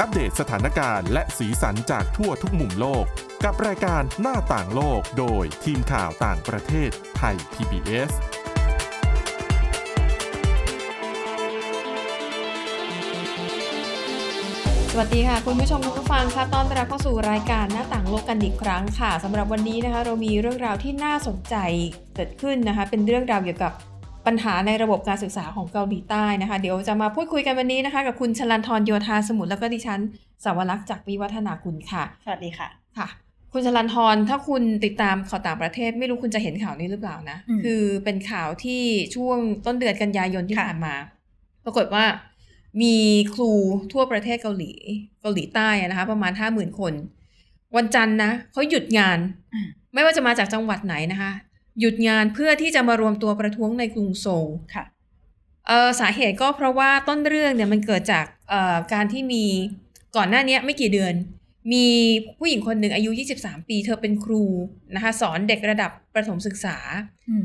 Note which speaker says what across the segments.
Speaker 1: อัปเดตสถานการณ์และสีสันจากทั่วทุกมุมโลก กับรายการหน้าต่างโลกโดยทีมข่าวต่างประเทศไทย PBS
Speaker 2: สวัสดีค่ะคุณผู้ชมคุณผู้ฟังค่ะต้อนรับเข้าสู่รายการหน้าต่างโลกกันอีกครั้งค่ะสำหรับวันนี้นะคะเรามีเรื่องราวที่น่าสนใจเกิดขึ้นนะคะ เป็นเรื่องราวเกี่ยวกับปัญหาในระบบการศึกษาของเกาหลีใต้นะคะ เดี๋ยวจะมาพูดคุยกันวันนี้นะคะ กับคุณชลันทรโยธาสมุทรแล้วก็ดิฉันสาวรักษ์จากวิวัฒนาคุณค่ะ
Speaker 3: สวัสดีค่ะ
Speaker 2: ค่ะ คุณชลันทรถ้าคุณติดตามข่าวต่างประเทศ ไม่รู้คุณจะเห็นข่าวนี้หรือเปล่านะ
Speaker 3: อืม
Speaker 2: คือเป็นข่าวที่ช่วงต้นเดือนกันยายนที่
Speaker 3: ค่ะ
Speaker 2: ผ่านมา ปรากฏว่ามีครูทั่วประเทศเกาหลีเกาหลีใต้อะนะคะ ประมาณห้าหมื่นคน วันจันทร์นะเขาหยุดงาน
Speaker 3: อ่า
Speaker 2: ไม่ว่าจะมาจากจังหวัดไหนนะคะ หยุดงานเพื่อที่จะมารวมตัวประท้วงในกรุงโซล
Speaker 3: ค่ะ
Speaker 2: เออสาเหตุก็เพราะว่าต้นเรื่องเนี่ยมันเกิดจากเอ่อการที่มีก่อนหน้าเนี้ยไม่กี่เดือน มีผู้หญิงคนหนึ่งอายุ 23 ปี เธอเป็นครูนะคะ สอนเด็กระดับประถมศึกษา
Speaker 3: อืม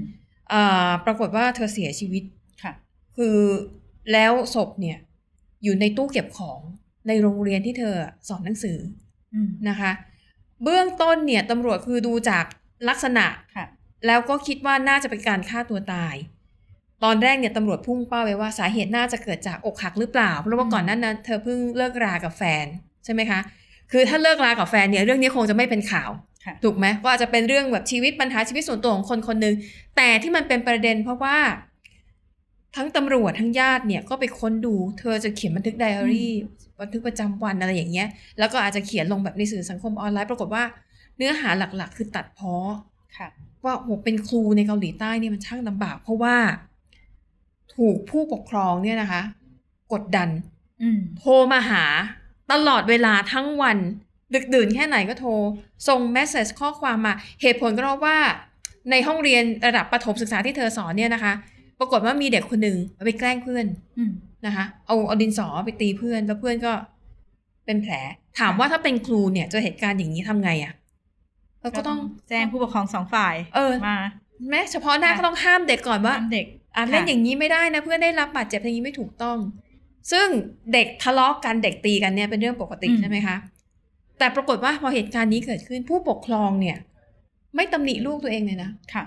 Speaker 2: เอ่อปรากฏว่าเธอเสียชีวิต
Speaker 3: ค่ะ
Speaker 2: คือแล้วศพเนี่ยอยู่ในตู้เก็บของในโรงเรียนที่เธอสอนหนังสือ
Speaker 3: อืม
Speaker 2: นะคะ เบื้องต้นเนี่ยตำรวจคือดูจากลักษณะ
Speaker 3: ค่ะ
Speaker 2: แล้วก็คิดว่าน่าจะเป็นการฆ่าตัวตาย ตอนแรกเนี่ยตำรวจพุ่งเป้าไปว่าสาเหตุน่าจะเกิดจากอกหักหรือเปล่า เพราะว่า
Speaker 3: อืม
Speaker 2: ก่อนหนั้นนั้นเธอเพิ่งเลิกรากับแฟนใช่ไหมคะ คือถ้าเลิกรากับแฟนเนี่ยเรื่องนี้คงจะไม่เป็นข่าว
Speaker 3: ค่ะ
Speaker 2: ถูกไหมก็อาจจะเป็นเรื่องแบบชีวิตปัญหาชีวิตส่วนตัวของคนคนหนึ่งแต่ที่มันเป็นประเด็นเพราะว่า ทั้งตำรวจทั้งญาติเนี่ยก็ไปค้นดูเธอจะเขียนบันทึกไดอารี่บันทึกประจำวันอะไรอย่างเงี้ย แล้วก็อาจจะเขียนลงแบบในสื่อสังคมออนไลน์ปรากฏว่าเนื้อหาหลักๆ คือตัดเพ้อ
Speaker 3: ค่ะ
Speaker 2: ว่าโหเป็นครูในเกาหลีใต้เนี่ยมันช่างลำบาก เพราะว่าถูกผู้ปกครองเนี่ยนะคะ กดดัน
Speaker 3: อืม
Speaker 2: โทรมาหาตลอดเวลาทั้งวัน ดึกดื่นแค่ไหนก็โทร ส่งเมสเซจข้อความมา เหตุผลก็เพราะว่า ในห้องเรียนระดับประถมศึกษาที่เธอสอนเนี่ยนะคะ ปรากฏว่ามีเด็กคนหนึ่งเอาไปแกล้งเพื่อน
Speaker 3: อืม
Speaker 2: นะคะ เอาเอาดินสอไปตีเพื่อนแล้วเพื่อนก็เป็นแผล ถามว่าถ้าเป็นครูเนี่ยเจอเหตุการณ์อย่างนี้ทำไงอะ่ะเราก็ต้อง
Speaker 3: แจ้งผู้ปกครองสองฝ่าย
Speaker 2: เออ
Speaker 3: มา
Speaker 2: แม้เฉพาะหน้าก็ต้องห้ามเด็กก่อนว่า
Speaker 3: ห้ามเด็ก
Speaker 2: อ่ะเล่นอย่างนี้ไม่ได้นะเพื่อนได้รับบาดเจ็บอย่างนี้ไม่ถูกต้อง ซึ่งเด็กทะเลาะกันเด็กตีกันเนี่ยเป็นเรื่องปกติใช่ไหมคะ แต่ปรากฏว่าพอเหตุการณ์นี้เกิดขึ้นผู้ปกครองเนี่ย ไม่ตำหนิลูกตัวเองเลยนะ
Speaker 3: ค่ะ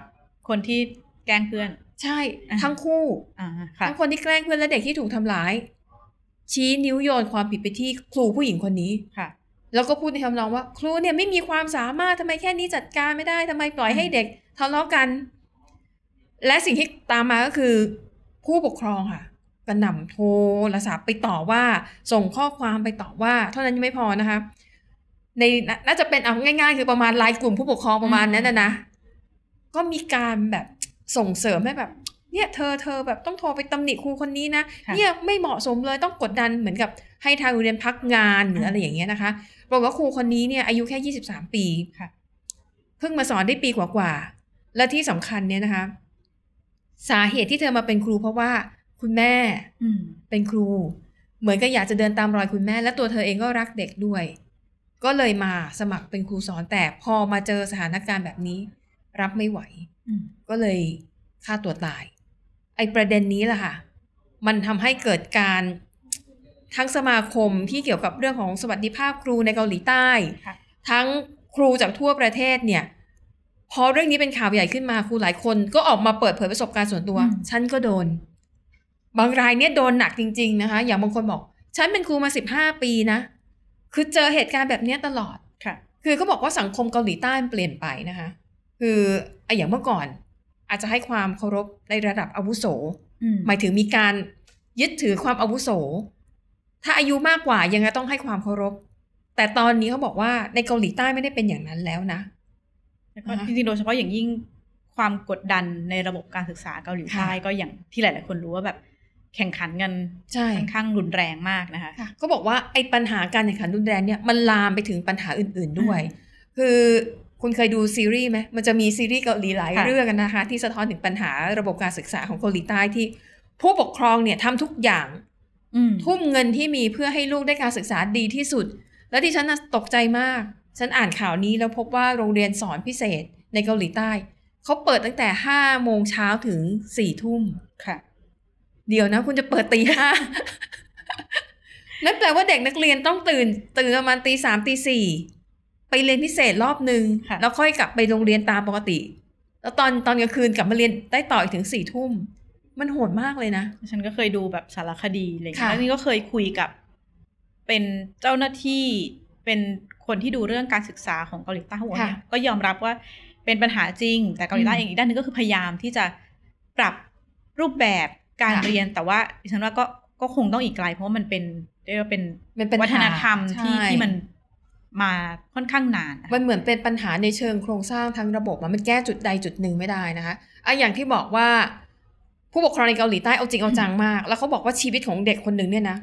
Speaker 3: คนที่แกล้งเพื่อน
Speaker 2: ใช่
Speaker 3: อ่ะ
Speaker 2: ทั้งคู่
Speaker 3: อ่า ค่ะ
Speaker 2: ทั้งคนที่แกล้งเพื่อนและเด็กที่ถูกทำร้าย ชี้นิ้วโยนความผิดไปที่ครูผู้หญิงคนนี้
Speaker 3: ค่ะ
Speaker 2: แล้วก็พูดในทำนองว่า ครูเนี่ยไม่มีความสามารถทำไมแค่นี้จัดการไม่ได้ทำไมปล่อยให้เด็กทะเลาะกัน และสิ่งที่ตามมาก็คือ ผู้ปกครองค่ะกระหน่ำโทรศัพท์ไปต่อว่า ส่งข้อความไปต่อว่า เท่านั้นยังไม่พอนะคะ ในน่าน่าจะเป็นเอาง่าย ๆ คือประมาณไลน์กลุ่มผู้ปกครองประมาณนั้นนะนะก็มีการแบบส่งเสริมให้แบบ เนี่ยเธอเธอแบบต้องโทรไปตำหนิครูคนนี้นะ
Speaker 3: ค่ะ
Speaker 2: เนี่ยไม่เหมาะสมเลยต้องกดดันเหมือนกับให้ทางโรงเรียนพักงานหรืออะไรอย่างเงี้ยนะคะ บอกว่าครูคนนี้เนี่ยอายุแค่ 23 ปี
Speaker 3: ค่ะ
Speaker 2: เพิ่งมาสอนได้ปีกว่าๆ และที่สำคัญเนี่ยนะคะ สาเหตุที่เธอมาเป็นครูเพราะว่าคุณแม่
Speaker 3: อืม
Speaker 2: เป็นครู เหมือนก็อยากจะเดินตามรอยคุณแม่ และตัวเธอเองก็รักเด็กด้วย ก็เลยมาสมัครเป็นครูสอนแต่พอมาเจอสถานการณ์แบบนี้ รับไม่ไหว
Speaker 3: อืม
Speaker 2: ก็เลยฆ่าตัวตาย ไอ้ประเด็นนี้แหละค่ะ มันทำให้เกิดการทั้งสมาคมที่เกี่ยวกับเรื่องของสวัสดิภาพครูในเกาหลีใต้
Speaker 3: ค่ะ
Speaker 2: ทั้งครูจากทั่วประเทศเนี่ย พอเรื่องนี้เป็นข่าวใหญ่ขึ้นมาครูหลายคนก็ออกมาเปิดเผยประสบการณ์ส่วนตัว
Speaker 3: อืม
Speaker 2: ฉันก็โดน บางรายเนี่ยโดนหนักจริง ๆนะคะ อย่างบางคนบอก ฉันเป็นครูมาสิบห้าปีนะ คือเจอเหตุการณ์แบบเนี้ยตลอด
Speaker 3: ค่ะ
Speaker 2: คือก็บอกว่าสังคมเกาหลีใต้มันเปลี่ยนไปนะคะ คืออ่ะอย่างเมื่อก่อน อาจจะให้ความเคารพในระดับอาวุโส
Speaker 3: อืม
Speaker 2: หมายถึงมีการยึดถือความอาวุโส ถ้าอายุมากกว่ายังไงต้องให้ความเคารพ แต่ตอนนี้เขาบอกว่าในเกาหลีใต้ไม่ได้เป็นอย่างนั้นแล้วนะ
Speaker 3: แล้วก็
Speaker 2: อ่าฮะ
Speaker 3: จริงๆ โดยเฉพาะอย่างยิ่งความกดดันในระบบการศึกษาเกาหลีใต้
Speaker 2: ค่ะ
Speaker 3: ก็อย่างที่หลายๆ คนรู้ว่าแบบแข่งขันกัน
Speaker 2: ใช่
Speaker 3: ค่อนข้างรุนแรงมากนะคะ
Speaker 2: ค่ะก็บอกว่าไอ้ปัญหาการแข่งขันรุนแรงเนี่ยมันลามไปถึงปัญหาอื่น ๆด้วย คือคุณเคยดูซีรีส์ไหมมันจะมีซีรีส์เกาหลีหลาย
Speaker 3: ค่ะ
Speaker 2: เรื่องอะนะคะ ที่สะท้อนถึงปัญหาระบบการศึกษาของเกาหลีใต้ที่ ผู้ปกครองเนี่ยทำทุกอย่าง
Speaker 3: อืม
Speaker 2: ทุ่มเงินที่มีเพื่อให้ลูกได้การศึกษาดีที่สุด แล้วที่ฉันน่ะตกใจมาก ฉันอ่านข่าวนี้แล้วพบว่าโรงเรียนสอนพิเศษในเกาหลีใต้ เขาเปิดตั้งแต่5โมงเช้าถึง4ทุ่ม
Speaker 3: ค่ะ
Speaker 2: เดี๋ยวนะ คุณจะเปิดตีห้า นั่นแปลว่าเด็กนักเรียนต้องตื่น ตื่นประมาณตีสามตีสี่ไปเรียนพิเศษรอบหนึ่ง
Speaker 3: ค่ะ
Speaker 2: แล้วค่อยกลับไปโรงเรียนตามปกติ แล้วตอนตอนกลางคืนกลับมาเรียนได้ต่ออีกถึงสี่ทุ่ม มันโหดมากเลยนะ
Speaker 3: ฉันก็เคยดูแบบสารคดีอะไรอย่างเงี้ย
Speaker 2: ค่ะ
Speaker 3: แล้วนี่ก็เคยคุยกับ เป็นเจ้าหน้าที่เป็นคนที่ดูเรื่องการศึกษาของเกาหลีใต้หัวเนี่ยก็ยอมรับว่าเป็นปัญหาจริง แต่เกาหลีใต้เองอีกด้านหนึงก็คือพยายามที่จะปรับรูปแบบการ
Speaker 2: ค่ะ
Speaker 3: เรียนแต่ว่าดิฉันว่าก็ก็คงต้องอีกไกล เพราะว่ามันเป็นเรียกว่าเป็น
Speaker 2: มันเป็นปั
Speaker 3: วั
Speaker 2: ญ
Speaker 3: ฒ
Speaker 2: หาน
Speaker 3: ธรรมที่
Speaker 2: ใช่
Speaker 3: ที่มันมาค่อนข้างนานนะคะ
Speaker 2: มันเหมือนเป็นปัญหาในเชิงโครงสร้างทั้งระบบอะมันแก้จุดใดจุดหนึ่งไม่ได้นะคะอ่ะอย่างที่บอกว่า ผู้ปกครองในเกาหลีใต้เอาจริงเอาจังมาก แล้วเขาบอกว่าชีวิตของเด็กคนหนึ่งเนี่ยนะ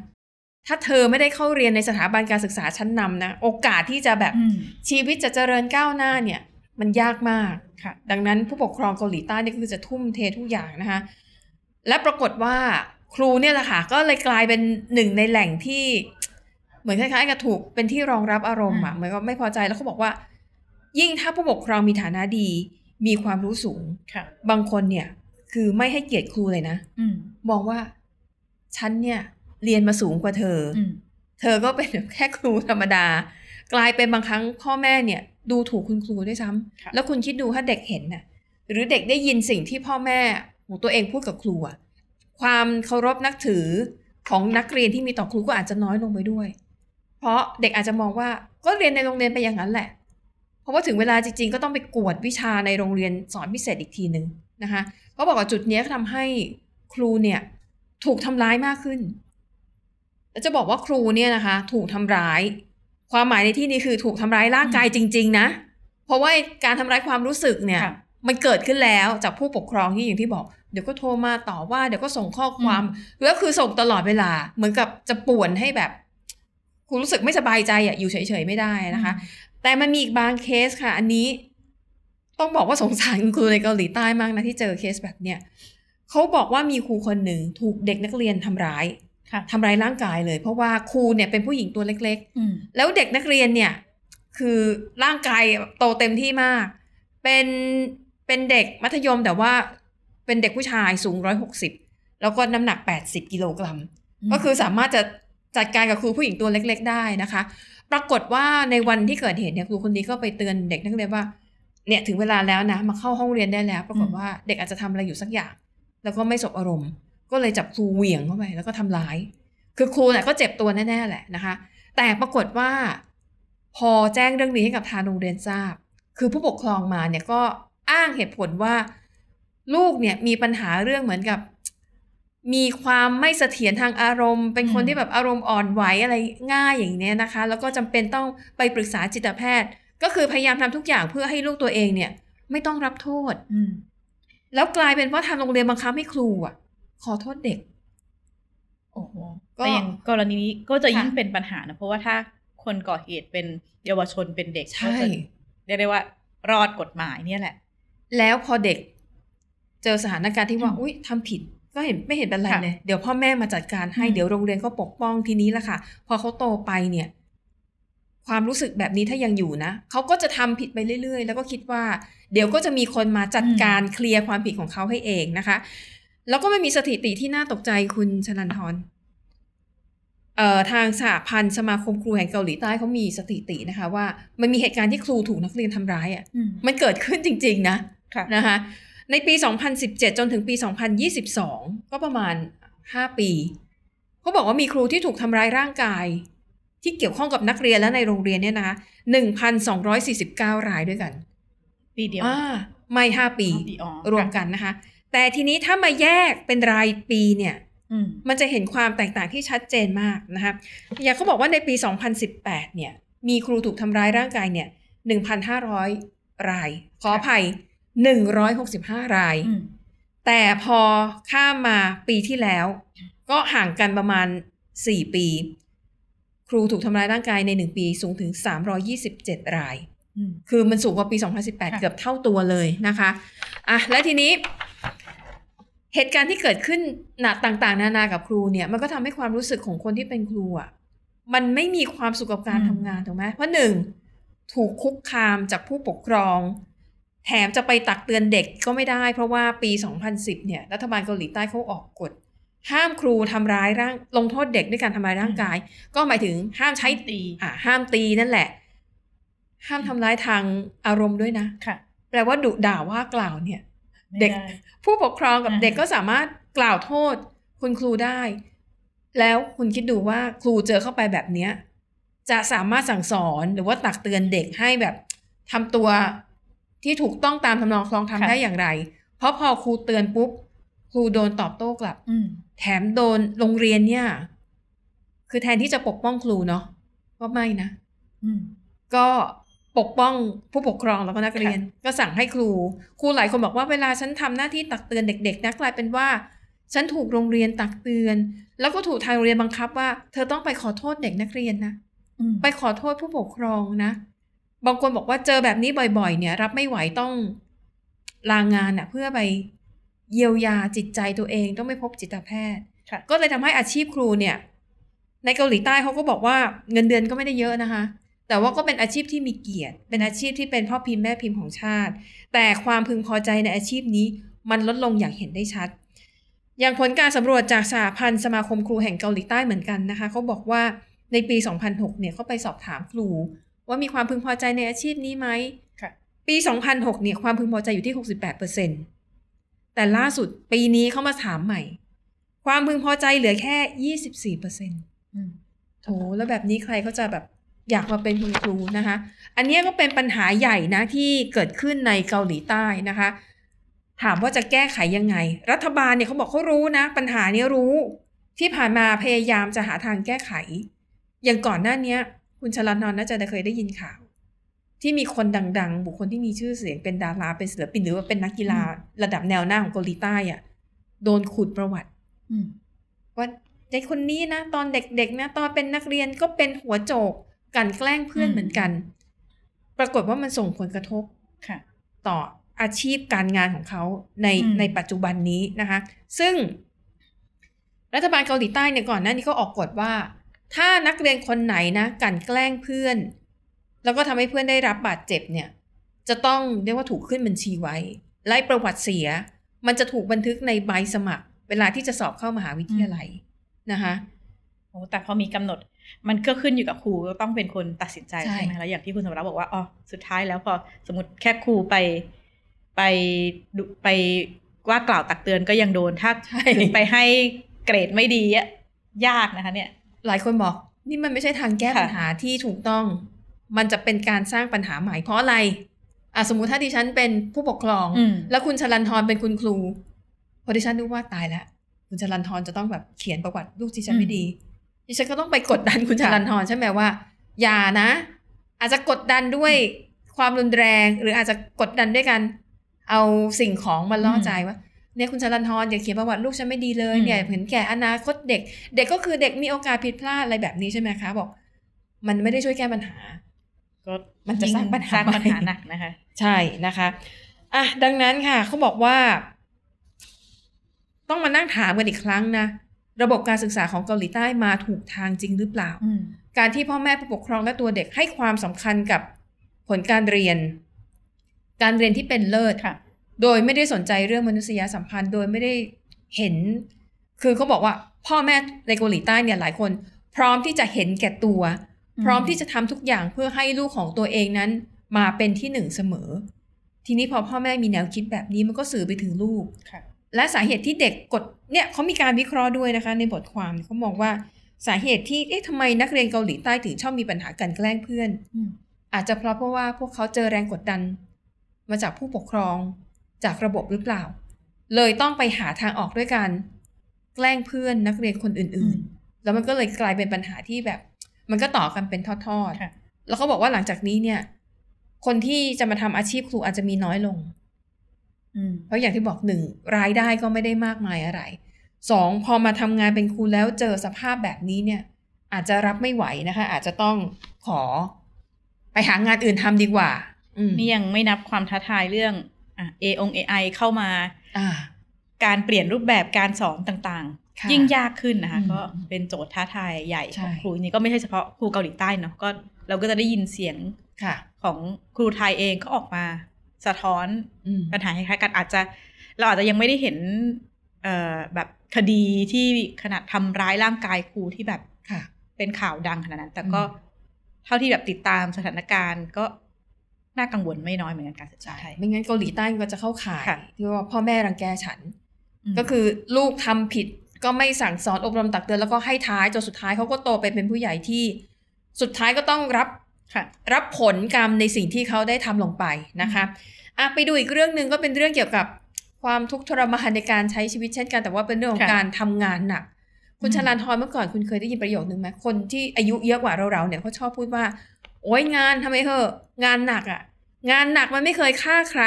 Speaker 2: ถ้าเธอไม่ได้เข้าเรียนในสถาบันการศึกษาชั้นนำนะ โอกาสที่จะแบบ
Speaker 3: อืม
Speaker 2: ชีวิตจะเจริญก้าวหน้าเนี่ย มันยากมาก
Speaker 3: ค่ะ
Speaker 2: ดังนั้นผู้ปกครองเกาหลีใต้นี่คือจะทุ่มเททุกอย่างนะคะ และปรากฏว่าครูเนี่ยแหละค่ะ ก็เลยกลายเป็นหนึ่งในแหล่งที่ เหมือนคล้ายๆกับถูกเป็นที่รองรับอารมณ์อะ
Speaker 3: อืม
Speaker 2: เหมือนกับไม่พอใจแล้วเขาบอกว่า ยิ่งถ้าผู้ปกครองมีฐานะดี มีความรู้สูง
Speaker 3: ค่ะ
Speaker 2: บางคนเนี่ย คือไม่ให้เกียรติครูเลยนะ
Speaker 3: อืม
Speaker 2: มองว่าฉันเนี่ยเรียนมาสูงกว่าเธออ
Speaker 3: อืม
Speaker 2: เธอก็เป็นแค่ครูธรรมดา กลายเป็นบางครั้งพ่อแม่เนี่ย ดูถูกคุณครูด้วยซ้ำ
Speaker 3: ค่ะ
Speaker 2: แล้วคุณคิดดูถ้าเด็กเห็นน่ะ หรือเด็กได้ยินสิ่งที่พ่อแม่ของตัวเองพูดกับครูอะความเคารพนักถือของนักเรียนที่มีต่อครูก็อาจจะน้อยลงไปด้วย เพราะเด็กอาจจะมองว่าก็เรียนในโรงเรียนไปอย่างนั้นแหละ เพราะว่าถึงเวลาจริงๆ ก็ต้องไปกวดวิชาในโรงเรียนสอนพิเศษอีกทีหนึ่งนะคะเขาบอกว่าจุดเนี้ยก็ทำให้ครูเนี่ยถูกทำร้ายมากขึ้น แล้วจะบอกว่าครูเนี่ยนะคะ ถูกทำร้าย ความหมายในที่นี้คือถูกทำร้ายร่างกายจริง ๆ นะ เพราะว่าไอ้การทำร้ายความรู้สึกเนี่ย
Speaker 3: ค่ะ
Speaker 2: มันเกิดขึ้นแล้วจากผู้ปกครองที่อย่างที่บอก เดี๋ยวก็โทรมาต่อว่าเดี๋ยวก็ส่งข้อความ แล้วคือส่งตลอดเวลา เหมือนกับจะป่วนให้แบบ คุณรู้สึกไม่สบายใจอ่ะอยู่เฉยๆไม่ได้นะคะ แต่มันมีอีกบางเคสค่ะ อันนี้ ต้องบอกว่าสงสารคุณครูในเกาหลีใต้มากนะที่เจอเคสแบบเนี้ยเขาบอกว่ามีครูคนหนึ่งถูกเด็กนักเรียนทำร้าย
Speaker 3: ค่ะ
Speaker 2: ทำร้ายร่างกายเลย เพราะว่าครูเนี่ยเป็นผู้หญิงตัวเล็ก
Speaker 3: อืม
Speaker 2: ๆ แล้วเด็กนักเรียนเนี่ย คือร่างกายโตเต็มที่มาก เป็นเป็นเด็กมัธยมแต่ว่าเป็นเด็กผู้ชายสูงร้อยหกสิบแล้วก็น้ำหนักแปดสิบกิโลกรัม ก็คือสามารถจะจัดการกับครูผู้หญิงตัวเล็ก ๆ ได้นะคะ ปรากฏว่าในวันที่เกิดเหตุเนี่ยครูคนนี้ก็ไปเตือนเด็กนักเรียนว่า เนี่ยถึงเวลาแล้วนะ มาเข้าห้องเรียนได้แล้ว ปรากฏว่าเด็กอาจจะทำอะไรอยู่สักอย่าง แล้วก็ไม่สบอารมณ์ ก็เลยจับครูเหวี่ยงเข้าไปแล้วก็ทำร้าย คือครูเนี่ยก็เจ็บตัวแน่ๆแหละนะคะ แต่ปรากฏว่า พอแจ้งเรื่องนี้ให้กับทางโรงเรียนทราบ คือผู้ปกครองมาเนี่ยก็อ้างเหตุผลว่า ลูกเนี่ยมีปัญหาเรื่องเหมือนกับ มีความไม่เสถียรทางอารมณ์ เป็นคน
Speaker 3: อืม
Speaker 2: ที่แบบอารมณ์อ่อนไหวอะไรง่ายอย่างเนี้ยนะคะ แล้วก็จำเป็นต้องไปปรึกษาจิตแพทย์ ก็คือพยายามทำทุกอย่างเพื่อให้ลูกตัวเองเนี่ย ไม่ต้องรับโทษ
Speaker 3: อืม
Speaker 2: แล้วกลายเป็นว่าทางโรงเรียนบังคับให้ครูอ่ะ ขอโทษเด็ก
Speaker 3: โอ้โห
Speaker 2: ก็
Speaker 3: แต่อย่างกรณีนี้ก็จะยิ่ง
Speaker 2: ค่ะ
Speaker 3: เป็นปัญหานะ เพราะว่าถ้าคนก่อเหตุเป็นเยาวชนเป็นเด็ก
Speaker 2: ใช่
Speaker 3: ก็จะเรียกได้ว่ารอดกฎหมายเนี่ยแหละ
Speaker 2: แล้วพอเด็ก เจอสถานการณ์ที่ว่า
Speaker 3: อืม
Speaker 2: อุ้ยทำผิด ก็เห็นไม่เห็นเป็นไร
Speaker 3: ค่ะ
Speaker 2: เลย เดี๋ยวพ่อแม่มาจัดการให้
Speaker 3: อืม
Speaker 2: เดี๋ยวโรงเรียนก็ปกป้องทีนี้ละค่ะ พอเขาโตไปเนี่ย ความรู้สึกแบบนี้ถ้ายังอยู่นะเขาก็จะทำผิดไปเรื่อย ๆ แล้วก็คิดว่า เดี๋ยวก็จะมีคนมาจัดการเคลียร์ความผิดของเขาให้เองนะคะ แล้วก็ไม่มีสถิติที่น่าตกใจคุณชนันทรเอ่อทางสหพันธ์สมาคมครูแห่งเกาหลีใต้เขามีสถิตินะคะ ว่ามันมีเหตุการณ์ที่ครูถูกนักเรียนทำร้ายอ่ะ
Speaker 3: อืม
Speaker 2: มันเกิดขึ้นจริง ๆ นะ
Speaker 3: ค่ะ
Speaker 2: นะคะในปี 2017 จนถึงปี 2022 ก็ประมาณ 5 ปี เขาบอกว่ามีครูที่ถูกทำร้ายร่างกาย ที่เกี่ยวข้องกับนักเรียนและในโรงเรียนเนี่ยนะคะ1,249 รายด้วยกัน
Speaker 3: ปีเดียว
Speaker 2: อ่าไม่ 5 ปี
Speaker 3: ปีอ๋อ
Speaker 2: รวม
Speaker 3: ค่ะ
Speaker 2: กันนะคะ แต่ทีนี้ถ้ามาแยกเป็นรายปีเนี่ย
Speaker 3: อืม
Speaker 2: มันจะเห็นความแตกต่างที่ชัดเจนมากนะคะอย่างเขาบอกว่าในปี 2018 เนี่ย มีครูถูกทำร้ายร่างกายเนี่ย 1,500 ราย ขออภัย 165 ราย
Speaker 3: อืม
Speaker 2: แต่พอข้ามมาปีที่แล้ว ก็ห่างกันประมาณ 4 ปี ครูถูกทำร้ายร่างกายใน 1 ปีสูงถึง 327 ราย
Speaker 3: อืม
Speaker 2: คือมันสูงกว่าปี 2018
Speaker 3: ค่ะ
Speaker 2: เกือบเท่าตัวเลยนะคะ อ่ะ และทีนี้ เหตุการณ์ที่เกิดขึ้นหนักต่าง ๆ นานากับครูเนี่ย มันก็ทำให้ความรู้สึกของคนที่เป็นครูอ่ะ มันไม่มีความสุขกับการทำงานถูกไหมเพราะหนึ่ง ถูกคุกคามจากผู้ปกครอง แถมจะไปตักเตือนเด็กก็ไม่ได้ เพราะว่าปี 2010 เนี่ย รัฐบาลเกาหลีใต้เขาออกกฎ ห้ามครูทำร้ายร่างลงโทษเด็กด้วยการทำร้ายร่างกาย ก็หมายถึงห้ามใช้
Speaker 3: ตี
Speaker 2: อ่าห้ามตีนั่นแหละ ห้ามทำร้ายทางอารมณ์ด้วยนะ
Speaker 3: ค่ะ
Speaker 2: แปลว่าดุด่าว่ากล่าวเนี่ย
Speaker 3: ไม่
Speaker 2: เด็ก
Speaker 3: ไ
Speaker 2: ผู้ปกครองกับ
Speaker 3: อ่า
Speaker 2: เด็กก็สามารถกล่าวโทษคุณครูได้ แล้วคุณคิดดูว่าครูเจอเข้าไปแบบเนี้ย จะสามารถสั่งสอนหรือว่าตักเตือนเด็กให้แบบทำตัวที่ถูกต้องตามทำนองคลองทำ
Speaker 3: ค่ะ
Speaker 2: ได้อย่างไร เพราะพอครูเตือนปุ๊บ ครูโดนตอบโต้กลับ
Speaker 3: อืม
Speaker 2: แถมโดนโรงเรียนเนี่ย คือแทนที่จะปกป้องครูเนาะว่าไม่นะ
Speaker 3: อืม
Speaker 2: ก็ปกป้องผู้ปกครองแล้วก็นักเรียน ก็สั่งให้ครู ครูหลายคนบอกว่าเวลาฉันทำหน้าที่ตักเตือนเด็กๆนะกลายเป็นว่า ฉันถูกโรงเรียนตักเตือน แล้วก็ถูกทางโรงเรียนบังคับว่า เธอต้องไปขอโทษเด็กนักเรียนนะ
Speaker 3: อืม
Speaker 2: ไปขอโทษผู้ปกครองนะ บางคนบอกว่าเจอแบบนี้บ่อยๆ เนี่ย รับไม่ไหวต้องลางานอะเพื่อไปเยียวยาจิตใจตัวเองต้องไปพบจิตแพทย์
Speaker 3: ค่ะ
Speaker 2: ก็เลยทำให้อาชีพครูเนี่ย ในเกาหลีใต้เขาก็บอกว่าเงินเดือนก็ไม่ได้เยอะนะคะ แต่ว่าก็เป็นอาชีพที่มีเกียรติ เป็นอาชีพที่เป็นพ่อพิมพ์แม่พิมพ์ของชาติ แต่ความพึงพอใจในอาชีพนี้มันลดลงอย่างเห็นได้ชัด อย่างผลการสำรวจจากสหพันธ์สมาคมครูแห่งเกาหลีใต้เหมือนกันนะคะเขาบอกว่าในปี 2006 เนี่ยเขาไปสอบถามครู ว่ามีความพึงพอใจในอาชีพนี้ไหม
Speaker 3: ค่ะ
Speaker 2: ปี 2006 เนี่ย ความพึงพอใจอยู่ที่ 68%แต่ล่าสุดปีนี้เข้ามาถามใหม่ ความพึงพอใจเหลือแค่ 24%
Speaker 3: อืม
Speaker 2: โอ้แล้วแบบนี้ใครก็จะแบบอยากมาเป็นคุณครูนะคะ อันเนี้ยก็เป็นปัญหาใหญ่นะที่เกิดขึ้นในเกาหลีใต้นะคะ ถามว่าจะแก้ไขยังไง รัฐบาลเนี่ยเขาบอกเขารู้นะ ปัญหาเนี้ยรู้ ที่ผ่านมาพยายามจะหาทางแก้ไข อย่างก่อนหน้าเนี้ย คุณชลันนนท์น่าจะได้เคยได้ยินข่าว ที่มีคนดัง ๆ บุคคลที่มีชื่อเสียงเป็นดาราเป็นศิลปินหรือว่าเป็นนักกีฬาระดับแนวหน้าของเกาหลีใต้อะโดนขุดประวัติ
Speaker 3: อืม
Speaker 2: ว่าเด็กคนนี้นะ ตอนเด็กๆนะตอนเป็นนักเรียนก็เป็นหัวโจกกลันแกล้งเพื่อน
Speaker 3: อืม
Speaker 2: เหมือนกัน ปรากฏว่ามันส่งผลกระทบ
Speaker 3: ค่ะ
Speaker 2: ต่ออาชีพการงานของเขาใน
Speaker 3: อืม
Speaker 2: ในปัจจุบันนี้นะคะ ซึ่ง รัฐบาลเกาหลีใต้เนี่ยก่อนหน้านี้ก็ออกกฎว่า ถ้านักเรียนคนไหนนะกลันแกล้งเพื่อน แล้วก็ทำให้เพื่อนได้รับบาดเจ็บเนี่ย จะต้องเรียกว่าถูกขึ้นบัญชีไว้ไล่ประวัติเสีย มันจะถูกบันทึกในใบสมัคร เวลาที่จะสอบเข้ามหาวิทยาลัยนะคะ
Speaker 3: โอ้แต่พอมีกำหนด มันก็ขึ้นอยู่กับครูก็ต้องเป็นคนตัดสินใจ
Speaker 2: ใช่
Speaker 3: ใช่ไหมแล้วอย่างที่คุณสมรักบอกว่าอ๋อสุดท้ายแล้วพอสมมติแค่ครูไป ไปดุไปว่ากล่าวตักเตือนก็ยังโดนถ้า
Speaker 2: ใช่
Speaker 3: ถึงไปให้เกรดไม่ดีอะยากนะคะเนี่ย
Speaker 2: หลายคนบอก นี่มันไม่ใช่ทางแก้
Speaker 3: ค่ะ
Speaker 2: ปัญหาที่ถูกต้อง มันจะเป็นการสร้างปัญหาใหม่เพราะอะไรอ่ะสมมุติถ้าดิฉันเป็นผู้ปกครอง
Speaker 3: อืม
Speaker 2: แล้วคุณชลันทรเป็นคุณครูพอดิฉันรู้ว่าตายแล้วคุณชลันทรจะต้องแบบเขียนประวัติลูกดิฉันไม่
Speaker 3: อืม
Speaker 2: ดีดิฉันก็ต้องไปกดดันคุณช
Speaker 3: ค่ะ
Speaker 2: ลันทรใช่ไหมว่า อย่านะ อาจจะกดดันด้วยความรุนแรง หรืออาจจะกดดันด้วยกัน เอาสิ่งของมาล่อใจว่า เนี่ยคุณชลันทรอย่าเขียนประวัติลูกฉันไม่ดีเลยเนี่ย
Speaker 3: อืม
Speaker 2: เห็นแก่อนาคตเด็ก เด็กก็คือเด็กมีโอกาสผิดพลาดอะไรแบบนี้ใช่ไหมคะบอก มันไม่ได้ช่วยแก้ปัญหา
Speaker 3: ก็
Speaker 2: มันจะสร้างปัญหา
Speaker 3: สร้างปัญ
Speaker 2: ให
Speaker 3: หา
Speaker 2: ม่
Speaker 3: หนักนะคะ
Speaker 2: ใช่นะคะอ่ะดังนั้นค่ะเขาบอกว่า ต้องมานั่งถามกันอีกครั้งนะ ระบบการศึกษาของเกาหลีใต้มาถูกทางจริงหรือเปล่า
Speaker 3: อืม
Speaker 2: การที่พ่อแม่ผู้ปกครองและตัวเด็กให้ความสำคัญกับผลการเรียน การเรียนที่เป็นเลิศ
Speaker 3: ค่ะ
Speaker 2: โดยไม่ได้สนใจเรื่องมนุษยสัมพันธ์ โดยไม่ได้เห็น คือเขาบอกว่า พ่อแม่ในเกาหลีใต้เนี่ยหลายคน พร้อมที่จะเห็นแก่ตัว
Speaker 3: อืม
Speaker 2: พร้อมที่จะทำทุกอย่างเพื่อให้ลูกของตัวเองนั้น มาเป็นที่หนึ่งเสมอ ทีนี้พอพ่อแม่มีแนวคิดแบบนี้มันก็สื่อไปถึงลูก
Speaker 3: ค่ะ
Speaker 2: และสาเหตุที่เด็กกดเนี่ยเขามีการวิเคราะห์ด้วยนะคะ ในบทความเขามองว่าสาเหตุที่เอ๊ะทำไมนักเรียนเกาหลีใต้ถึงชอบมีปัญหาการแกล้งเพื่อน
Speaker 3: อืม
Speaker 2: อาจจะเพราะเพราะว่าพวกเขาเจอแรงกดดัน มาจากผู้ปกครองจากระบบหรือเปล่า เลยต้องไปหาทางออกด้วยการแกล้งเพื่อนนักเรียนคนอื่น
Speaker 3: อืม
Speaker 2: ๆ แล้วมันก็เลยกลายเป็นปัญหาที่แบบ มันก็ต่อกันเป็นทอด
Speaker 3: ค่ะ
Speaker 2: ๆ แล้วเขาบอกว่าหลังจากนี้เนี่ย คนที่จะมาทำอาชีพครูอาจจะมีน้อยลง
Speaker 3: อืม
Speaker 2: เพราะอย่างที่บอกหนึ่งรายได้ก็ไม่ได้มากมายอะไรสองพอมาทำงานเป็นครูแล้วเจอสภาพแบบนี้เนี่ย อาจจะรับไม่ไหวนะคะ อาจจะต้องขอไปหางานอื่นทำดีกว่า อืม
Speaker 3: นี่ยังไม่นับความท้าทายเรื่องอ่ะ A อง AI เข้ามา
Speaker 2: อ่า
Speaker 3: การเปลี่ยนรูปแบบการสอนต่าง
Speaker 2: ค่ะ
Speaker 3: ๆ ยิ่งยากขึ้นนะคะ
Speaker 2: อืม
Speaker 3: ก็เป็นโจทย์ท้าทายใหญ่
Speaker 2: ใช่
Speaker 3: ของครูนี่ก็ไม่ใช่เฉพาะครูเกาหลีใต้เนาะก็เราก็จะได้ยินเสียง
Speaker 2: ค่ะ
Speaker 3: ของครูไทยเองก็ออกมา สะท้อน
Speaker 2: อืม
Speaker 3: ปัญหาคล้ายๆกันอาจจะ เราอาจจะยังไม่ได้เห็น เอ่อแบบคดีที่ขนาดทำร้ายร่างกายครูที่แบบ
Speaker 2: ค่ะ
Speaker 3: เป็นข่าวดังขนาดนั้น แต่ก็
Speaker 2: อืม
Speaker 3: เท่าที่แบบติดตามสถานการณ์ก็น่ากังวลไม่น้อยเหมือนกันการศึกษาไทย
Speaker 2: ไม่งั้นเกาหลีใต้ก็จะเข้าข่าย
Speaker 3: ค่ะ
Speaker 2: ที่ว่าพ่อแม่รังแกฉัน
Speaker 3: ม
Speaker 2: ก็คือลูกทำผิดก็ไม่สั่งสอนอบรมตักเตือนแล้วก็ให้ท้ายจนสุดท้ายเขาก็โตไปเป็นผู้ใหญ่ที่สุดท้ายก็ต้องรับ
Speaker 3: ค่ะ
Speaker 2: รับผลกรรมในสิ่งที่เขาได้ทำลงไปนะคะอ่ะไปดูอีกเรื่องหนึ่งก็เป็นเรื่องเกี่ยวกับความทุกข์ทรมานในการใช้ชีวิตเช่นกัน แต่ว่าเป็นเรื่องของ
Speaker 3: ค่ะ
Speaker 2: การทำงานหนัก คุณ
Speaker 3: อืม
Speaker 2: ชลันทรเมื่อก่อนคุณเคยได้ยินประโยคนึงไหมคนที่อายุเยอะกว่าเราๆเนี่ยเขาชอบพูดว่า โอ๊ยงานทำไมเหอะ งานหนักอ่ะ งานหนักมันไม่เคยฆ่าใคร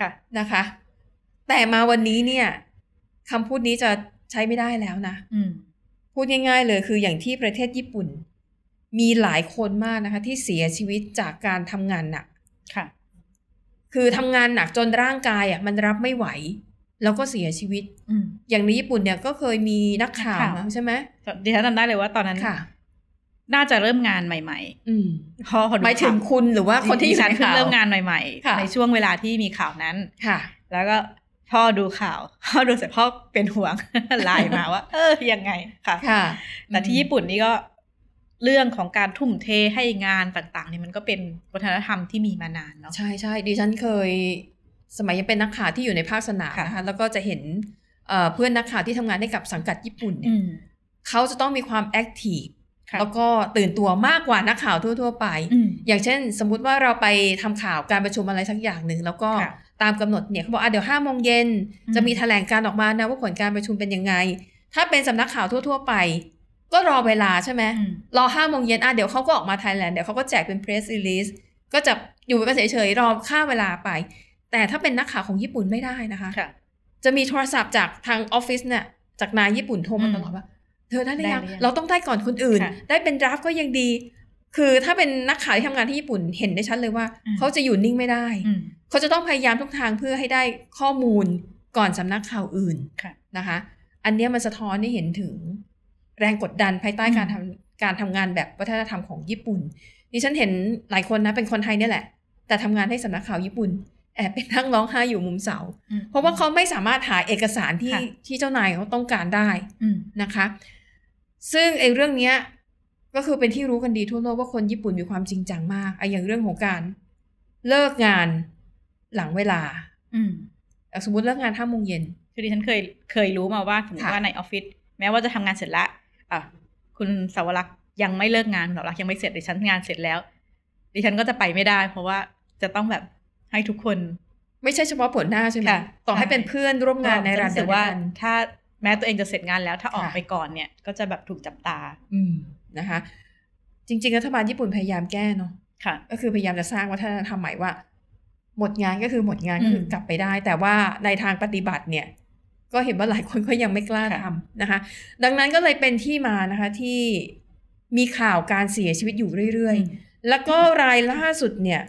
Speaker 3: ค่ะ
Speaker 2: นะคะ แต่มาวันนี้เนี่ยคำพูดนี้จะใช้ไม่ได้แล้วนะ
Speaker 3: อืม
Speaker 2: พูดง่ายๆเลยคืออย่างที่ประเทศญี่ปุ่น มีหลายคนมากนะคะ ที่เสียชีวิตจากการทำงานหนัก
Speaker 3: ค่ะ
Speaker 2: คือทำงานหนักจนร่างกายอ่ะมันรับไม่ไหว แล้วก็เสียชีวิต
Speaker 3: อืม
Speaker 2: อย่างในญี่ปุ่นเนี่ยก็เคยมีนักข่าว
Speaker 3: นักข่าว
Speaker 2: ใช่ไหม
Speaker 3: ดิฉันจำได้เลยว่าตอนนั้น
Speaker 2: ค่ะ
Speaker 3: น่าจะเริ่มงานใหม่
Speaker 2: อืม
Speaker 3: ๆพอพอดู
Speaker 2: หมายถึง
Speaker 3: ข่ว
Speaker 2: คุณหรือว่าคนที่อยู่
Speaker 3: ดิฉั
Speaker 2: ใน
Speaker 3: นเพิ่ง
Speaker 2: ข่าว
Speaker 3: เริ่มงานใหม่
Speaker 2: ค่ะ
Speaker 3: ๆ ในช่วงเวลาที่มีข่าวนั้น
Speaker 2: ค่ะ
Speaker 3: แล้วก็พ่อดูข่าว พ่อดูเสร็จพ่อเป็นห่วง ไลน์มาว่า เออยังไงค่ะ
Speaker 2: ค่ะ
Speaker 3: แต่ที่ญี่ปุ่นนี่ก็เรื่องของการทุ่มเทให้งานต่างๆเนี่ยมันก็เป็นวัฒนธรรมที่มีมานานเนาะ
Speaker 2: ใช่ใช่ดิฉันเคย สมัยยังเป็นนักข่าวที่อยู่ในภาคสนาม
Speaker 3: ค่ะ
Speaker 2: นะคะแล้วก็จะเห็นเอ่อเพื่อนนักข่าวที่ทำงานให้กับสังกัดญี่ปุ่นเนี่ย
Speaker 3: อืม
Speaker 2: เขาจะต้องมีความแอคทีฟ
Speaker 3: ค่ะ
Speaker 2: แล้วก็ตื่นตัวมากกว่านักข่าวทั่ว ๆ ไป
Speaker 3: อืม
Speaker 2: อย่างเช่น สมมุติว่าเราไปทำข่าวการประชุมอะไรสักอย่างหนึ่ง แล้วก็
Speaker 3: ค่ะ
Speaker 2: ตามกำหนดเนี่ยเขาบอกอ่ะเดี๋ยวห้าโมงเย็น
Speaker 3: อืม
Speaker 2: จะมีแถลงการออกมานะว่าผลการประชุมเป็นยังไง ถ้าเป็นสำนักข่าวทั่ว ๆ ไป ก็รอเวลาใช่ไหม
Speaker 3: อืม
Speaker 2: รอห้าโมงเย็นอ่ะเดี๋ยวเขาก็ออกมาไทยแลนด์เดี๋ยวเขาก็แจกเป็นเพรส r ีลิสก็จะอยู่กันเฉยๆรอค่าเวลาไป แต่ถ้าเป็นนักข่าวของญี่ปุ่นไม่ได้นะคะ
Speaker 3: ค่ะ
Speaker 2: จะมีโทรศัพท์จากทางออฟฟิศเนี่ยจากนายญี่ปุ่นโทรมาตลอดว่า เธอได้หรือยัง
Speaker 3: ได้หรือยัง
Speaker 2: เราต้องได้ก่อนคนอื่น
Speaker 3: ค่ะ
Speaker 2: ได้เป็นดราฟก็ยังดี คือถ้าเป็นนักข่าวที่ทำงานที่ญี่ปุ่นเห็นได้ชัดเลยว่า
Speaker 3: อืม
Speaker 2: เขาจะอยู่นิ่งไม่ได้
Speaker 3: อืม
Speaker 2: เขาจะต้องพยายามทุกทางเพื่อให้ได้ข้อมูลก่อนสำนักข่าวอื่น
Speaker 3: ค่ะ
Speaker 2: นะคะ อันเนี้ยมันสะท้อนให้เห็นถึงแรงกดดันภายใต้การทำการทำงานแบบวัฒนธรรมของญี่ปุ่นดิฉันเห็นหลายคนนะเป็นคนไทยเนี่ยแหละ แต่ทำงานให้สำนักข่าวญี่ปุ่นแอบไปนั่งร้องไห้อยู่มุมเสา
Speaker 3: อืม
Speaker 2: เพราะว่าเขาไม่สามารถหาเอกสารที่
Speaker 3: ค่ะ
Speaker 2: ที่เจ้านายเขาต้องการได้
Speaker 3: อืม
Speaker 2: นะคะ ซึ่งไอ้เรื่องเนี้ยก็คือเป็นที่รู้กันดีทั่วโลกว่าคนญี่ปุ่นมีความจริงจังมากไอ้อย่างเรื่องของการเลิกงานหลังเวลา
Speaker 3: อืม
Speaker 2: อ่ะสมมติเลิกงานห้าโมงเย็น
Speaker 3: คือดิฉันเคยเคยรู้มาว่าสมมติ
Speaker 2: ค่ะ
Speaker 3: ว่าในออฟฟิศแม้ว่าจะทำงานเสร็จละอ่ะคุณสาวรักษ์ยังไม่เลิกงานคุณสาวรักษ์ยังไม่เสร็จดิฉันงานเสร็จแล้ว ดิฉันก็จะไปไม่ได้ เพราะว่าจะต้องแบบให้ทุกคน
Speaker 2: ไม่ใช่เฉพาะผลหน้าใช่ไหม
Speaker 3: ค่ะ
Speaker 2: ต่อให้
Speaker 3: ใช่
Speaker 2: เป็นเพื่อนร่วมงานในร้าน
Speaker 3: จะ
Speaker 2: เดีย
Speaker 3: รู้สึก
Speaker 2: ว
Speaker 3: ว่า
Speaker 2: กัน
Speaker 3: ถ้าแม้ตัวเองจะเสร็จงานแล้ว ถ้าออก
Speaker 2: ค่ะ
Speaker 3: ไปก่อนเนี่ย ก็จะแบบถูกจับตา
Speaker 2: อืมนะคะ จริง ๆ รัฐบาลญี่ปุ่นพยายามแก้เนาะ
Speaker 3: ค่ะ
Speaker 2: ก็คือพยายามจะสร้างวัฒนธรรมใหม่ว่า หมดงานก็คือหมดงาน
Speaker 3: อื
Speaker 2: ก็
Speaker 3: ม
Speaker 2: คือกลับไปได้ แต่ว่าในทางปฏิบัติเนี่ย ก็เห็นว่าหลายคนก็ยังไม่กล้า
Speaker 3: ค่ะ
Speaker 2: ทำนะคะ ดังนั้นก็เลยเป็นที่มานะคะที่มีข่าวการเสียชีวิตอยู่เรื่อย ๆ แล้วก็รายล่าสุดเนี่ย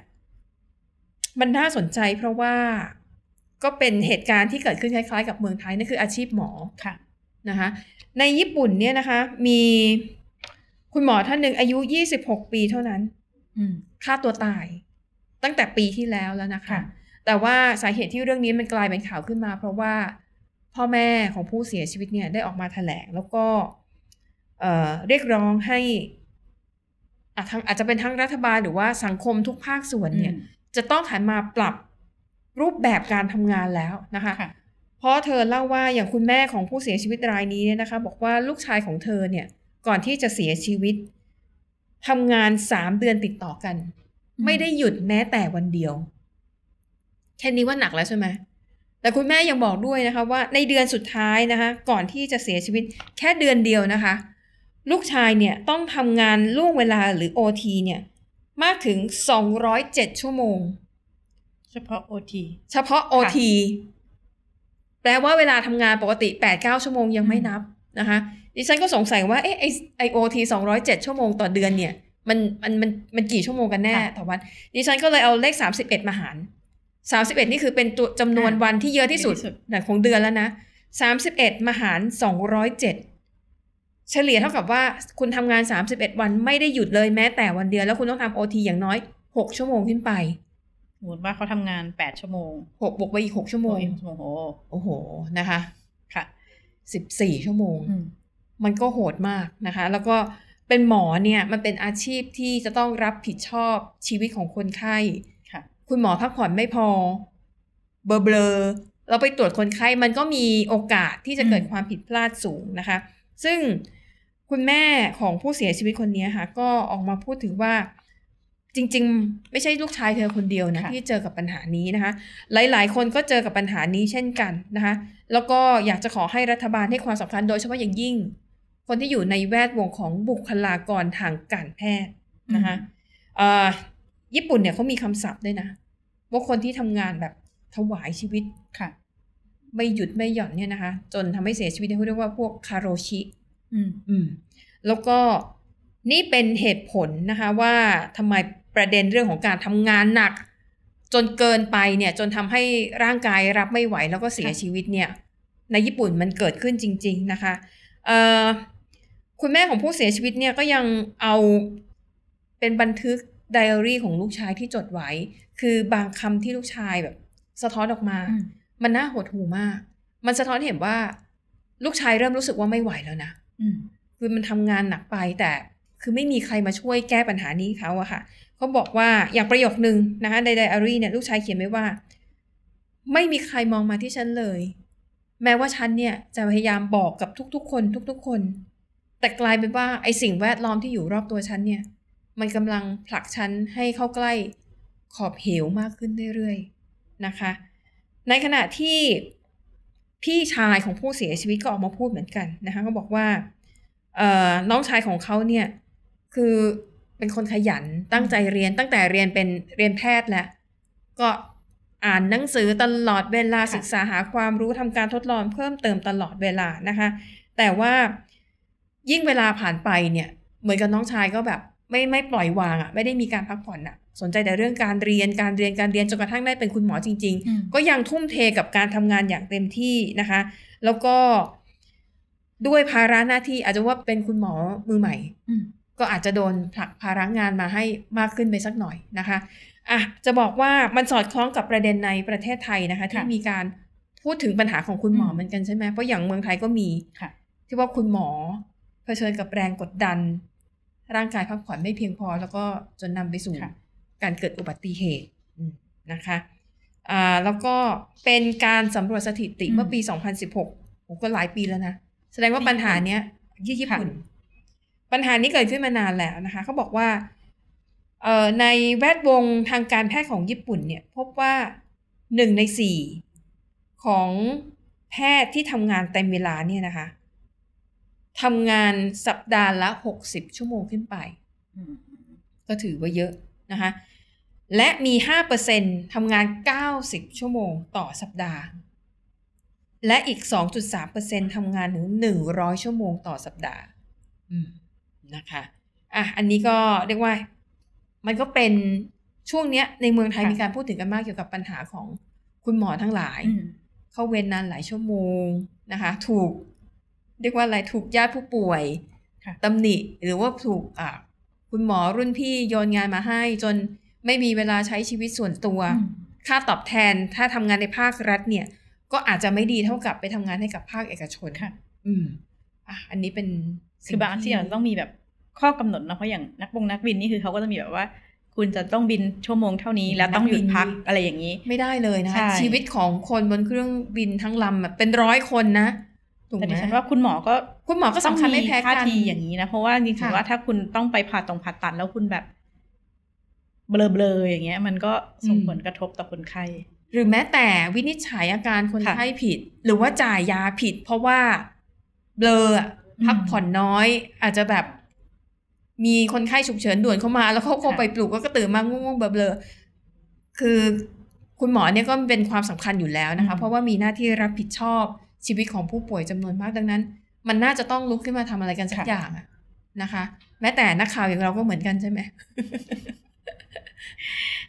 Speaker 2: มันน่าสนใจเพราะว่าก็เป็นเหตุการณ์ที่เกิดขึ้นคล้ายๆ กับเมืองไทยนั่นคืออาชีพหมอ
Speaker 3: ค่ะ
Speaker 2: นะคะในญี่ปุ่นเนี่ยนะคะ มีคุณหมอท่านหนึ่งอายุ 26 ปีเท่านั้น
Speaker 3: อืม
Speaker 2: ฆ่าตัวตายตั้งแต่ปีที่แล้วแล้วนะคะ
Speaker 3: ค่ะ
Speaker 2: แต่ว่าสาเหตุที่เรื่องนี้มันกลายเป็นข่าวขึ้นมา เพราะว่าพ่อแม่ของผู้เสียชีวิตเนี่ยได้ออกมาแถลง แล้วก็เอ่อเรียกร้องให้อาทางอาจจะเป็นทั้งรัฐบาลหรือว่าสังคมทุกภาคส่วนเนี่ย จะต้องหันมาปรับรูปแบบการทำงานแล้วนะคะ
Speaker 3: ค่ะ
Speaker 2: เพราะเธอเล่าว่าอย่างคุณแม่ของผู้เสียชีวิตรายนี้เนี่ยนะคะ บอกว่าลูกชายของเธอเนี่ย ก่อนที่จะเสียชีวิตทำงานสามเดือนติดต่อกัน
Speaker 3: อืม
Speaker 2: ไม่ได้หยุดแม้แต่วันเดียว แค่นี้ว่าหนักแล้วใช่ไหมแต่คุณแม่ยังบอกด้วยนะคะ ว่าในเดือนสุดท้ายนะคะ ก่อนที่จะเสียชีวิตแค่เดือนเดียวนะคะ ลูกชายเนี่ยต้องทำงานล่วงเวลาหรือโอทีเนี่ย มากถึง 207 ชั่วโมง
Speaker 3: เฉพาะโอที
Speaker 2: เฉพาะ OT แปลว่าเวลาทำงานปกติ 8-9 ชั่วโมงยังไม่นับนะคะดิฉันก็สงสัยว่าเอ๊ะไอไอโอทีสองร้อยเจ็ดชั่วโมงต่อเดือนเนี่ย มันมันมันมันกี่ชั่วโมงกันแน่ต่อวันดิฉันก็เลยเอาเลข 31 มาหาร 31 นี่คือเป็นตัวจำนวนวันที่เยอะที่สุดหนังของเดือนแล้วนะ 31 มาหาร 207 เฉลี่ยเท่ากับว่าคุณทำงาน 31 วันไม่ได้หยุดเลยแม้แต่วันเดียวแล้วคุณต้องทำโอทีอย่างน้อย 6 ชั่วโมงขึ้นไป
Speaker 3: สมมติว่าเขาทำงานแปดชั่วโมง
Speaker 2: 6บวกไปอีก 6 ชั่วโมง
Speaker 3: โอ้โห
Speaker 2: โอ้โห นะคะ
Speaker 3: ค่ะ
Speaker 2: 14 ชั่วโมง
Speaker 3: อืม
Speaker 2: มันก็โหดมากนะคะ แล้วก็เป็นหมอเนี่ยมันเป็นอาชีพที่จะต้องรับผิดชอบชีวิตของคนไข้
Speaker 3: ค่ะ
Speaker 2: คุณหมอพักผ่อนไม่พอ เบลอเบลอเราไปตรวจคนไข้มันก็มีโอกาสที่จะเกิด
Speaker 3: อืม
Speaker 2: ความผิดพลาดสูงนะคะ ซึ่งคุณแม่ของผู้เสียชีวิตคนนี้ค่ะ ก็ออกมาพูดถึงว่า จริง ๆ ไม่ใช่ลูกชายเธอคนเดียวนะ
Speaker 3: ค่ะ
Speaker 2: ที่เจอกับปัญหานี้นะคะ หลาย ๆ คนก็เจอกับปัญหานี้เช่นกันนะคะ แล้วก็อยากจะขอให้รัฐบาลให้ความสำคัญโดยเฉพาะอย่างยิ่ง คนที่อยู่ในแวดวงของบุคลากรทางการแพทย์นะคะ เอ่อญี่ปุ่นเนี่ยเขามีคำศัพท์ด้วยนะ ว่าคนที่ทำงานแบบถวายชีวิต
Speaker 3: ค่ะ
Speaker 2: ไม่หยุดไม่หย่อนเนี่ยนะคะ จนทำให้เสียชีวิตเนี่ยเขาเรียกว่าพวกคาโรชิ
Speaker 3: อืม
Speaker 2: อืม แล้วก็นี่เป็นเหตุผลนะคะว่าทำไมประเด็นเรื่องของการทำงานหนัก จนเกินไปเนี่ย จนทำให้ร่างกายรับไม่ไหวแล้วก็เสีย
Speaker 3: ค่ะ
Speaker 2: ชีวิตเนี่ย ในญี่ปุ่นมันเกิดขึ้นจริง ๆนะคะเอ่อคุณแม่ของผู้เสียชีวิตเนี่ยก็ยังเอาเป็นบันทึกไดอารี่ของลูกชายที่จดไว้ คือบางคำที่ลูกชายแบบ สะท้อนออกมา
Speaker 3: อืม
Speaker 2: มันน่าหดหูมาก มันสะท้อนเห็นว่าลูกชายเริ่มรู้สึกว่าไม่ไหวแล้วนะ
Speaker 3: อืม
Speaker 2: คือมันทำงานหนักไปแต่คือไม่มีใครมาช่วยแก้ปัญหานี้เขาอะค่ะเขาบอกว่าอย่างประโยคนึงนะคะในไดอารี่เนี่ยลูกชายเขียนไว้ว่า ไม่มีใครมองมาที่ฉันเลย แม้ว่าฉันเนี่ยจะพยายามบอกกับทุกๆ คน ทุกๆ คน แต่กลายเป็นว่าไอสิ่งแวดล้อมที่อยู่รอบตัวฉันเนี่ย มันกำลังผลักฉันให้เข้าใกล้ขอบเหวมากขึ้นเรื่อยๆนะคะ ในขณะที่พี่ชายของผู้เสียชีวิตก็ออกมาพูดเหมือนกันนะคะเขาบอกว่าเอ่อน้องชายของเขาเนี่ยคือเป็นคนขยันตั้งใจเรียนตั้งแต่เรียนเป็นเรียนแพทย์แหละก็อ่านหนังสือตลอดเวลา
Speaker 3: ค่ะ
Speaker 2: ศึกษาหาความรู้ทำการทดลองเพิ่มเติมตลอดเวลานะคะ แต่ว่ายิ่งเวลาผ่านไปเนี่ย เหมือนกับน้องชายก็แบบ ไม่ไม่ปล่อยวางอะ่ะ ไม่ได้มีการพักผ่อนอะ่ะ สนใจแต่เรื่องการเรียนการเรียนการเรียนจนกระทั่งได้เป็นคุณหมอจริง
Speaker 3: อืม
Speaker 2: ๆ ก็ยังทุ่มเทกับการทำงานอย่างเต็มที่นะคะ แล้วก็ด้วยภาระหน้าที่อาจจะว่าเป็นคุณหมอมือใหม่
Speaker 3: อืม
Speaker 2: ก็อาจจะโดนผลักภาระงานมาให้มากขึ้นไปสักหน่อยนะคะอ่ะจะบอกว่ามันสอดคล้องกับประเด็นในประเทศไทยนะคะ ที่
Speaker 3: ค่ะ
Speaker 2: มีการพูดถึงปัญหาของคุณหมอ
Speaker 3: ม
Speaker 2: เหมือนกันใช่ไหมเพราะอย่างเมืองไทยก็มี
Speaker 3: ค่ะ
Speaker 2: ที่ว่าคุณหมอเผชิญกับแรงกดดัน ร่างกายพักผ่อนไม่เพียงพอ แล้วก็จนนำไปสู่
Speaker 3: ค่ะ
Speaker 2: การเกิดอุบัติเหตุอืมนะคะอ่าแล้วก็เป็นการสำรวจสถิติเมื่อปี 2016โอ้ก็หลายปีแล้วนะ แสดงว่าปัญหาเนี้ยที่ญี่ปุ่น ปัญหานี้เกิดขึ้นมานานแล้วนะคะเขาบอกว่าเอ่อในแวดวงทางการแพทย์ของญี่ปุ่นเนี่ยพบว่าหนึ่งในสี่ของแพทย์ที่ทำงานเต็มเวลาเนี่ยนะคะทำงานสัปดาห์ละ 60 ชั่วโมงขึ้นไป
Speaker 3: อืม
Speaker 2: ก็ถือว่าเยอะนะคะ และมี 5%ทำงาน 90 ชั่วโมงต่อสัปดาห์ และอีก 2.3%ทำงานถึง 100 ชั่วโมงต่อสัปดาห์อืมนะคะอ่ะอันนี้ก็เรียกว่า มันก็เป็นช่วงเนี้ยในเมืองไทย
Speaker 3: ค่ะ
Speaker 2: มีการพูดถึงกันมากเกี่ยวกับปัญหาของคุณหมอทั้งหลาย
Speaker 3: อืม
Speaker 2: เข้าเวรนานหลายชั่วโมงนะคะ ถูก เรียกว่าอะไรถูกญาติผู้ป่วย
Speaker 3: ค่ะ
Speaker 2: ตำหนิหรือว่าถูกอ่าคุณหมอรุ่นพี่โยนงานมาให้ จนไม่มีเวลาใช้ชีวิตส่วนตัว
Speaker 3: อืม
Speaker 2: ค่าตอบแทนถ้าทำงานในภาครัฐเนี่ย ก็อาจจะไม่ดีเท่ากับไปทำงานให้กับภาคเอกชน
Speaker 3: ค่ะ
Speaker 2: อืมอ่ะอันนี้เป็น
Speaker 3: คือบางอาชีพอาจจะต้องมีแบบข้อกำหนดเนอะเพราะอย่างนักบงนักบินนี่คือเขาก็จะมีแบบว่า คุณจะต้องบินชั่วโมงเท่านี้แล้วต้องหยุดพักอะไรอย่างนี้
Speaker 2: ไม่ได้เลยนะ
Speaker 3: ใช่
Speaker 2: คะชีวิตของคนบนเครื่องบินทั้งลำอะเป็นร้อยคนนะถูก
Speaker 3: แต่
Speaker 2: ไหม
Speaker 3: ดิฉันว่าคุณหมอก็
Speaker 2: คุณหมอก็สำคัญไม่แพ้
Speaker 3: ท่า
Speaker 2: กัน
Speaker 3: ทีอย่างนี้นะ เพราะว่าจริง
Speaker 2: ค่ะ
Speaker 3: ๆว่าถ้าคุณต้องไปผ่าตรงผ่าตัดแล้วคุณแบบ เบลอๆอย่างเงี้ย มันก็ส่งผลกระทบต่อคนไข้
Speaker 2: หรือแม้แต่วินิจฉัยอาการคน
Speaker 3: ค่ะ
Speaker 2: ไข้ผิด หรือว่าจ่ายยาผิด เพราะว่าเบลออะ
Speaker 3: อืม
Speaker 2: พักผ่อนน้อย อาจจะแบบ มีคนไข้ฉุกเฉินด่วนเข้ามา แล้วเขาก็
Speaker 3: ค่ะ
Speaker 2: ไปปลุกแล้วก็ตื่นมาง่วงๆเบลอๆคือคุณหมอเนี่ยก็เป็นความสำคัญอยู่แล้วนะคะ เพราะว่ามีหน้าที่รับผิดชอบชีวิตของผู้ป่วยจำนวนมากดังนั้น มันน่าจะต้องลุกขึ้นมาทำอะไรกันสักอย่างอะนะคะ แม้แต่นักข่าวอย่างเราก็เหมือนกันใช่ไหม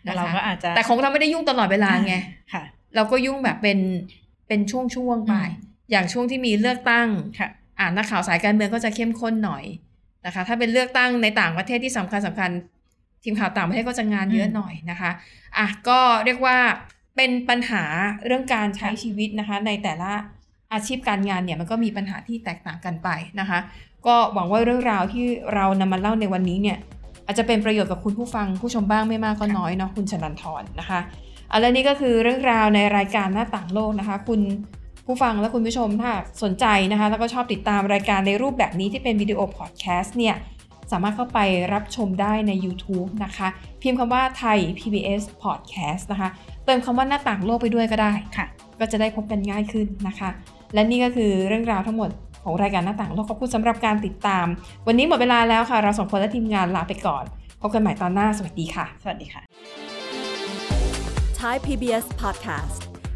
Speaker 3: แต่เราก็อาจจะ
Speaker 2: แต่ของเราไม่ได้ยุ่งตลอดเวลาไง
Speaker 3: ค่ะ
Speaker 2: เราก็ยุ่งแบบเป็นเป็นช่วงๆไป
Speaker 3: อืม
Speaker 2: อย่างช่วงที่มีเลือกตั้ง
Speaker 3: ค่ะ
Speaker 2: อ่านนักข่าวสายการเมืองก็จะเข้มข้นหน่อยนะคะ ถ้าเป็นเลือกตั้งในต่างประเทศที่สำคัญสำคัญทีมข่าวต่างประเทศก็จะงานเยอะ
Speaker 3: อืม
Speaker 2: หน่อยนะคะอ่ะก็เรียกว่าเป็นปัญหาเรื่องการใช้ชีวิตนะคะ ในแต่ละ อาชีพการงานเนี่ยมันก็มีปัญหาที่แตกต่างกันไปนะคะ ก็หวังว่าเรื่องราวที่เรานำมาเล่าในวันนี้เนี่ย อาจจะเป็นประโยชน์กับคุณผู้ฟังผู้ชมบ้างไม่มากก็น้อยเนาะคุณชนันทรนะคะเอาและนี่ก็คือเรื่องราวในรายการหน้าต่างโลกนะคะ คุณผู้ฟังและคุณผู้ชมถ้าสนใจนะคะ แล้วก็ชอบติดตามรายการในรูปแบบนี้ที่เป็นวิดีโอพอดแคสต์เนี่ยสามารถเข้าไปรับชมได้ใน YouTube นะคะ พิมพ์คำว่าไทย PBS Podcast นะคะ เติมคำว่าหน้าต่างโลกไปด้วยก็ได้
Speaker 3: ค่ะ
Speaker 2: ก็จะได้พบกันง่ายขึ้นนะคะ และนี่ก็คือเรื่องราวทั้งหมดของรายการหน้าต่างโลกขอบคุณสำหรับการติดตาม วันนี้หมดเวลาแล้วค่ะ เราสองคนและทีมงานลาไปก่อน พบกันใหม่ตอนหน้าสวัสดีค่ะ
Speaker 3: สวัสดีค่ะ
Speaker 4: Thai PBS Podcast.